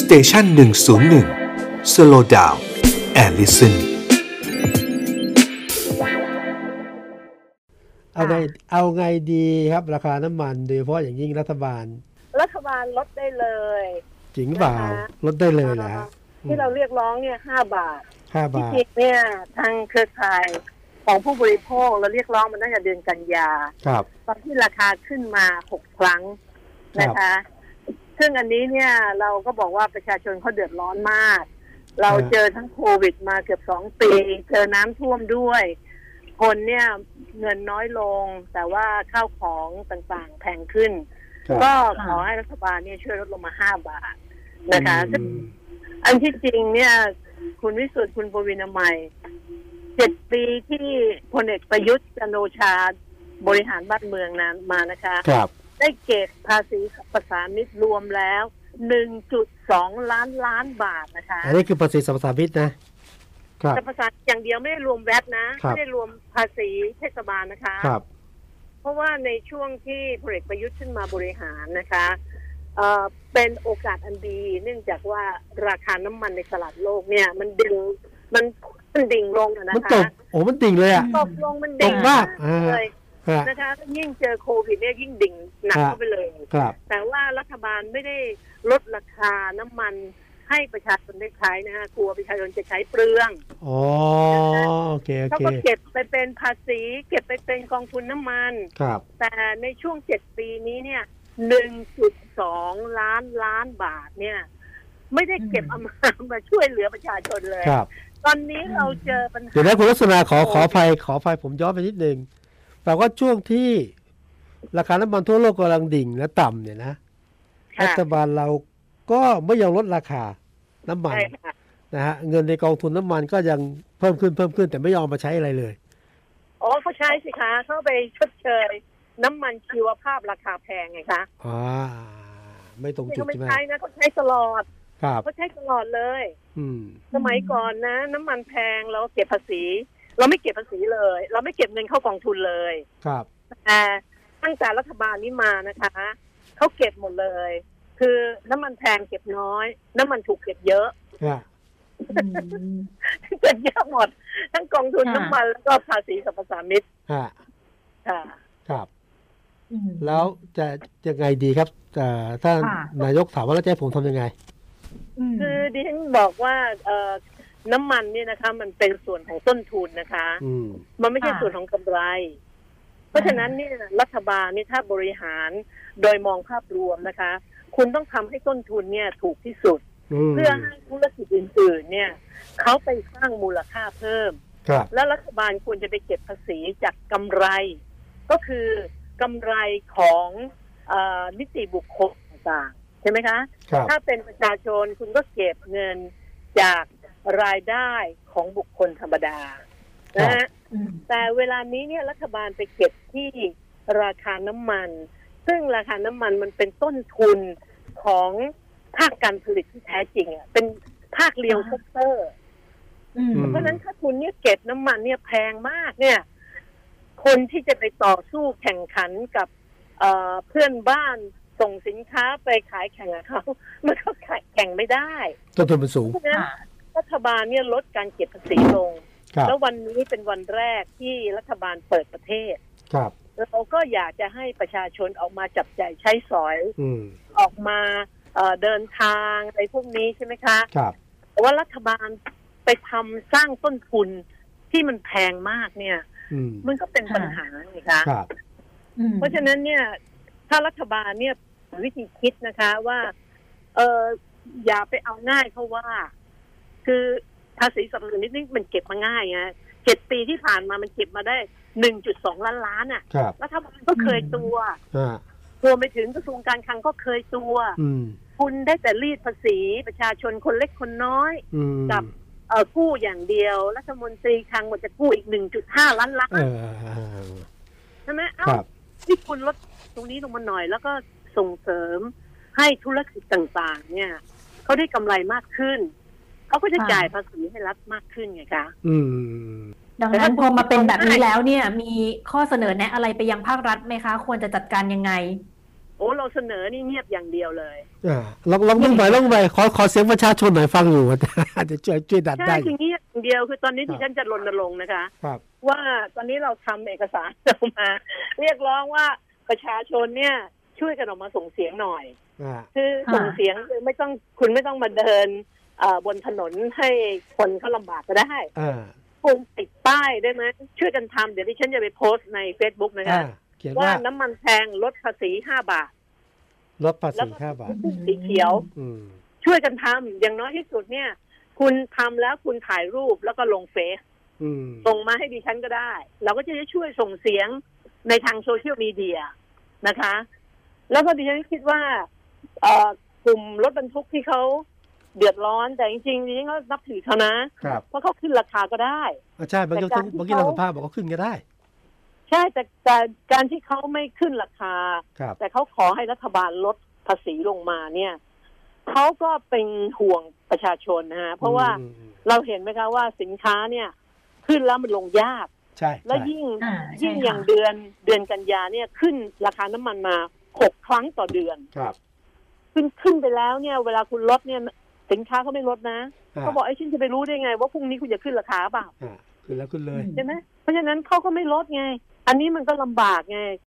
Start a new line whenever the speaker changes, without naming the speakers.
สเตชันหนึ่งศูนย์หนึ่งสโลดาวแอลลิสัน
เอาไงเอาไงดีครับ ราคาน้ำมันโดยเฉพาะอย่างยิ่งรัฐบาล
รัฐบาลลดได้เลย
จริงเปล่าลดได้เลยนะฮะ
ที่เราเรียกร้องเนี่ยห้าบาท
ห้า
ที่
บาท
จริงเนี่ยทางเครือข่ายของผู้บริโภคเราเรียกร้องมันตั้งแต่เดือนกันยา
ครับ
ตอนที่ราคาขึ้นมาหกครั้งนะคะ ซึ่งอันนี้เนี่ยเราก็บอกว่าประชาชนเขาเดือดร้อนมาก เรา
ครับ
เจอทั้งโควิดมาเกือบสองปี เจอน้ำท่วมด้วย คนเนี่ยเงินน้อยลง แต่ว่าข้าวของต่างๆแพงขึ้น
ครับ
ก็ขอให้รัฐบาลเนี่ยช่วยลดลงมาห้าบาทนะคะซึ่ง
อืม
อันที่จริงเนี่ย คุณวิสุทธิ์คุณปวินามัยเจ็ดปีที่พลเอกประยุทธ์จันทร์โอชาบริหารบ้านเมืองนั้นมานะคะ
ครับ
ได้เก็บภาษีสรรพสามิตรวมแล้วหนึ่งจุดสองล้านล้านบาทนะคะ
อันนี้คือภาษีสรรพสามิตนะครับ
สรรพสามิตอย่างเดียวไม่ได้รวมแวดนะ
ครับ
ไม่ได้รวมภาษีเทศบาลนะคะ
ครับ
เพราะว่าในช่วงที่พลเอกประยุทธ์ขึ้นมาบริหารนะคะเอ่อเป็นโอกาสอันดี เนื่องจากว่าราคาน้ำมันในตลาดโลกเนี่ย มันดึงมันมันดิ่งลงอะนะ
มันต
คะ
กโอ้มันดิ่งเลยอ่ะ
ตกลงมันดิ่ง
ตกมากอ่า
เลย
ฮะ
นะคะ ยิ่งเจอโควิดเนี่ยยิ่งดิ่งหนัก
ฮะ
เข้าไปเลย
ครับ
แต่ว่ารัฐบาลไม่ได้ลดราคาน้ำมันให้ประชาชนได้ใช้นะคะกลัวประชาชนจะใช้เปลือง
อ๋อโอเคโอ
เขา
เค
ก็เก็บไปเป็นภาษี เก็บไปเป็นกองทุนน้ำมัน
ครับ
แต่ในช่วงเจ็ดปีนี้เนี่ยหนึ่งจุดสองล้านล้านบาทเนี่ย ไม่ได้เก็บเอามา มาช่วยเหลือประชาชนเลย
ครับ
ตอนนี้เราเจอปัญหา
เดี๋ยวนะคุณลักษณะขอขออภัยขออภัยผมย้อนไปนิดนึงแปลว่าช่วงที่ราคาน้ำมันทั่วโลกกำลังดิ่งและต่ำเนี่ยนะรั
ค่ะ
ฐบาลเราก็ไม่ยอมลดราคาน้ำมัน
ใช่ค่ะ
นะฮะเงินในกองทุนน้ำมันก็ยังเพิ่มขึ้นเพิ่มขึ้นแต่ไม่ยอมมาใช้อะไรเลย
อ๋อเขาใช้สิคะเขาไปชดเชย น้ำมันชีวภาพราคาแพงไงคะ
อ่า ไม่ตรงจุด
เขาไม่
ใช่ไหม
ใช้นะเขาใช้ตลอด
ครับ
เขาใช้ตลอดเลย
อืม
สมัยก่อนนะ น้ำมันแพงเราเก็บภาษี เราไม่เก็บภาษีเลย เราไม่เก็บเงินเข้ากองทุนเลย
ครับ
แต่ตั้งแต่รัฐบาลนี้มานะคะเขาเก็บหมดเลย คือน้ำมันแพงเก็บน้อย น้ำมันถูกเก็บเยอะ
ฮะ
เก็บเยอะหมด ทั้งกองทุน
ค่ะ
น้ำมันแล้วก็ภาษีสรรพสามิต
ฮะ
ค่ะ
ครับ
อืม
แล้วจะยังไงดีครับเอ่อถ้า
ค่ะ
นายกถามว่าแล้วจะให้ผมทำยังไง
ม
คือดิฉันบอกว่าเอ่อน้ำมันเนี่ยนะคะ มันเป็นส่วนของต้นทุนนะคะ
อืม
มันไม่ใช่
ค่ะ
ส่วนของกำไร เพราะฉะนั้นเนี่ยรัฐบาลนี่ถ้าบริหารโดยมองภาพรวมนะคะ คุณต้องทำให้ต้นทุนเนี่ยถูกที่สุด
อืม
เพื่อให้ธุรกิจอื่นๆ เนี่ยเขาไปสร้างมูลค่าเพิ่ม
ครับ
และรัฐบาลควรจะไปเก็บภาษีจากกำไร ก็คือกำไรของเออนิติบุคคลต่างๆใช่ไหมคะ
ครับ
ถ้าเป็นประชาชนคุณก็เก็บเงินจากรายได้ของบุคคลธรรมดานะฮะแต่เวลานี้เนี่ยรัฐบาลไปเก็บที่ราคาน้ำมัน ซึ่งราคาน้ำมันมันเป็นต้นทุนของภาคการผลิตที่แท้จริงอ่ะเป็นภาคเรียวเซกเตอร์
อืม
เพราะฉะนั้นถ้าคุณเนี่ยเก็บน้ำมันเนี่ยแพงมากเนี่ย คนที่จะไปต่อสู้แข่งขันกับเอ่อเพื่อนบ้านส่งสินค้าไปขายแข่งกับเขา มันก็ขายแข่งไม่ได้
ต้นทุนมันสูง
เพราะฉะนั้น
ค่ะ
รัฐบาลเนี่ยลดการเก็บภาษีลง
ครับ
แล้ววันนี้เป็นวันแรกที่รัฐบาลเปิดประเทศ
ครับ
เราก็อยากจะให้ประชาชนออกมาจับใจ่ายใช้สอย
อืม
ออกมาเอ่อเดินทางอะไรพวกนี้ใช่ไหมคะ
ครับ
แต่ว่ารัฐบาลไปทำสร้างต้นทุนที่มันแพงมากเนี่ย
อืม
มันก็เป็นปัญหาไงคะ
ครับ
อืม
เพราะฉะนั้นเนี่ย ถ้ารัฐบาลเนี่ยวิธีคิดนะคะว่า เอออย่าไปเอาง่ายเพราะว่า คือภาษีสรรพสามิตนิดมันเก็บมาง่ายไงเจ็ดปีที่ผ่านมามันเก็บมาได้หนึ่งจุดสองล้านล้านอ่ะ
ครับ
รัฐบาลก็เคยตัว
อ่าร
วมไปถึงกระทรวงการคลังก็เคยตัว
อืม
คุณได้แต่รีดภาษีประชาชนคนเล็กคนน้อย
อืม
กับ เอ่อกู้อย่างเดียว รัฐมนตรีคลังมันจะกู้อีกหนึ่งจุดห้าล้านล้า
เอน ออ่า
ใช่ไหม
ค
เอ้า
รับ
ที่คุณลดตรงนี้ลงมาหน่อย แล้วก็ส่งเสริมให้ธุรกิจต่างๆ เนี่ยเขาได้กำไรมากขึ้น เขาก็จะจ่ายภาษีให้รัฐมากขึ้นไงคะ
อืม
ดังนั้นพอมาเป็นแบบนี้แล้วเนี่ย มีข้อเสนอแนะอะไรไปยังภาครัฐไหมคะ ควรจะจัดการยังไง
โอ้เราเสนอนี่เงียบอย่างเดียวเลย
อ่าลองลองดูหน่อยลองดูหน่อยขอขอเสียงประชาชนหน่อยฟังอยู่ อาจารย์จะช่วยช่วยดัด
ใช่
ได้
คือเงียบอย่างเดียวคือตอนนี้
ครับ
ที่ฉันจะรณรงค์นะคะ
ครับ
ว่าตอนนี้เราทำเอกสารออกมา เรียกร้องว่าประชาชนเนี่ยช่วยกันออกมาส่งเสียงหน่อย
อ่า
คือ
ค่ะ
ส่งเสียงคือไม่ต้องคุณไม่ต้องมาเดินเอ่อบนถนนให้คนเขาลำบากก็ได้
อ่า
คุณติดป้ายได้ไหมช่วยกันทำเดี๋ยวที่ฉันจะไปโพสต์ใน Facebook นะ
อ่า
คะ
เขียน
ว่า
ว่า
น้ำมันแพงลดภาษีห้าบาท
ลดภา
แล้
ษี
วก็
ห้าบาท
สีเขียว
อืม
ช่วยกันทำอย่างน้อยที่สุดเนี่ย คุณทำแล้วคุณถ่ายรูปแล้วก็ลงเฟซ
อืม
ส่งมาให้ดิฉันก็ได้ เราก็จะได้ช่วยส่งเสียงในทางโซเชียลมีเดียนะคะ แล้วก็ดิฉันคิดว่าเอ่อกลุ่มรถบรรทุกที่เขาเดือดร้อนแต่จริงๆดิฉันก็นับถือเขานะ
ครับ
เพราะเขาขึ้นราคาก็ได้
อ่าใช่บางที
แต่การที่
บางทีเรา
เขา
สัมภาษณ์บอกว่าขึ้นก็ได้
ใช่แต่แต่การที่เขาไม่ขึ้นราคา
ครับ
แต่เขาขอให้รัฐบาลลดภาษีลงมาเนี่ยเขาก็เป็นห่วงประชาชนนะฮะเพราะว่า
อืมอืม
เราเห็นไหมคะว่าสินค้าเนี่ย ขึ้นแล้วมันลงยาก
ใช่
และ
ใช่
ยิ่ง
อ่าใช่
ยิ่ง
ค่ะ
อย่างเดือนเดือนกันยาเนี่ยขึ้นราคาน้ำมันมาหกครั้งต่อเดือน
ครับ
ขึ้นขึ้นไปแล้วเนี่ย เวลาคุณลดเนี่ยสินค้าเขาไม่ลดนะ
อ่า
เขาบอกไอ้ยฉันจะไปรู้ได้ไง ว่าพรุ่งนี้คุณจะขึ้นราคาเปล่า
อ่าขึ้นแล้วขึ้นเลย
ใช่ไหมเพราะฉะนั้นเขาก็ไม่ลดไง อันนี้มันก็ลำบากไง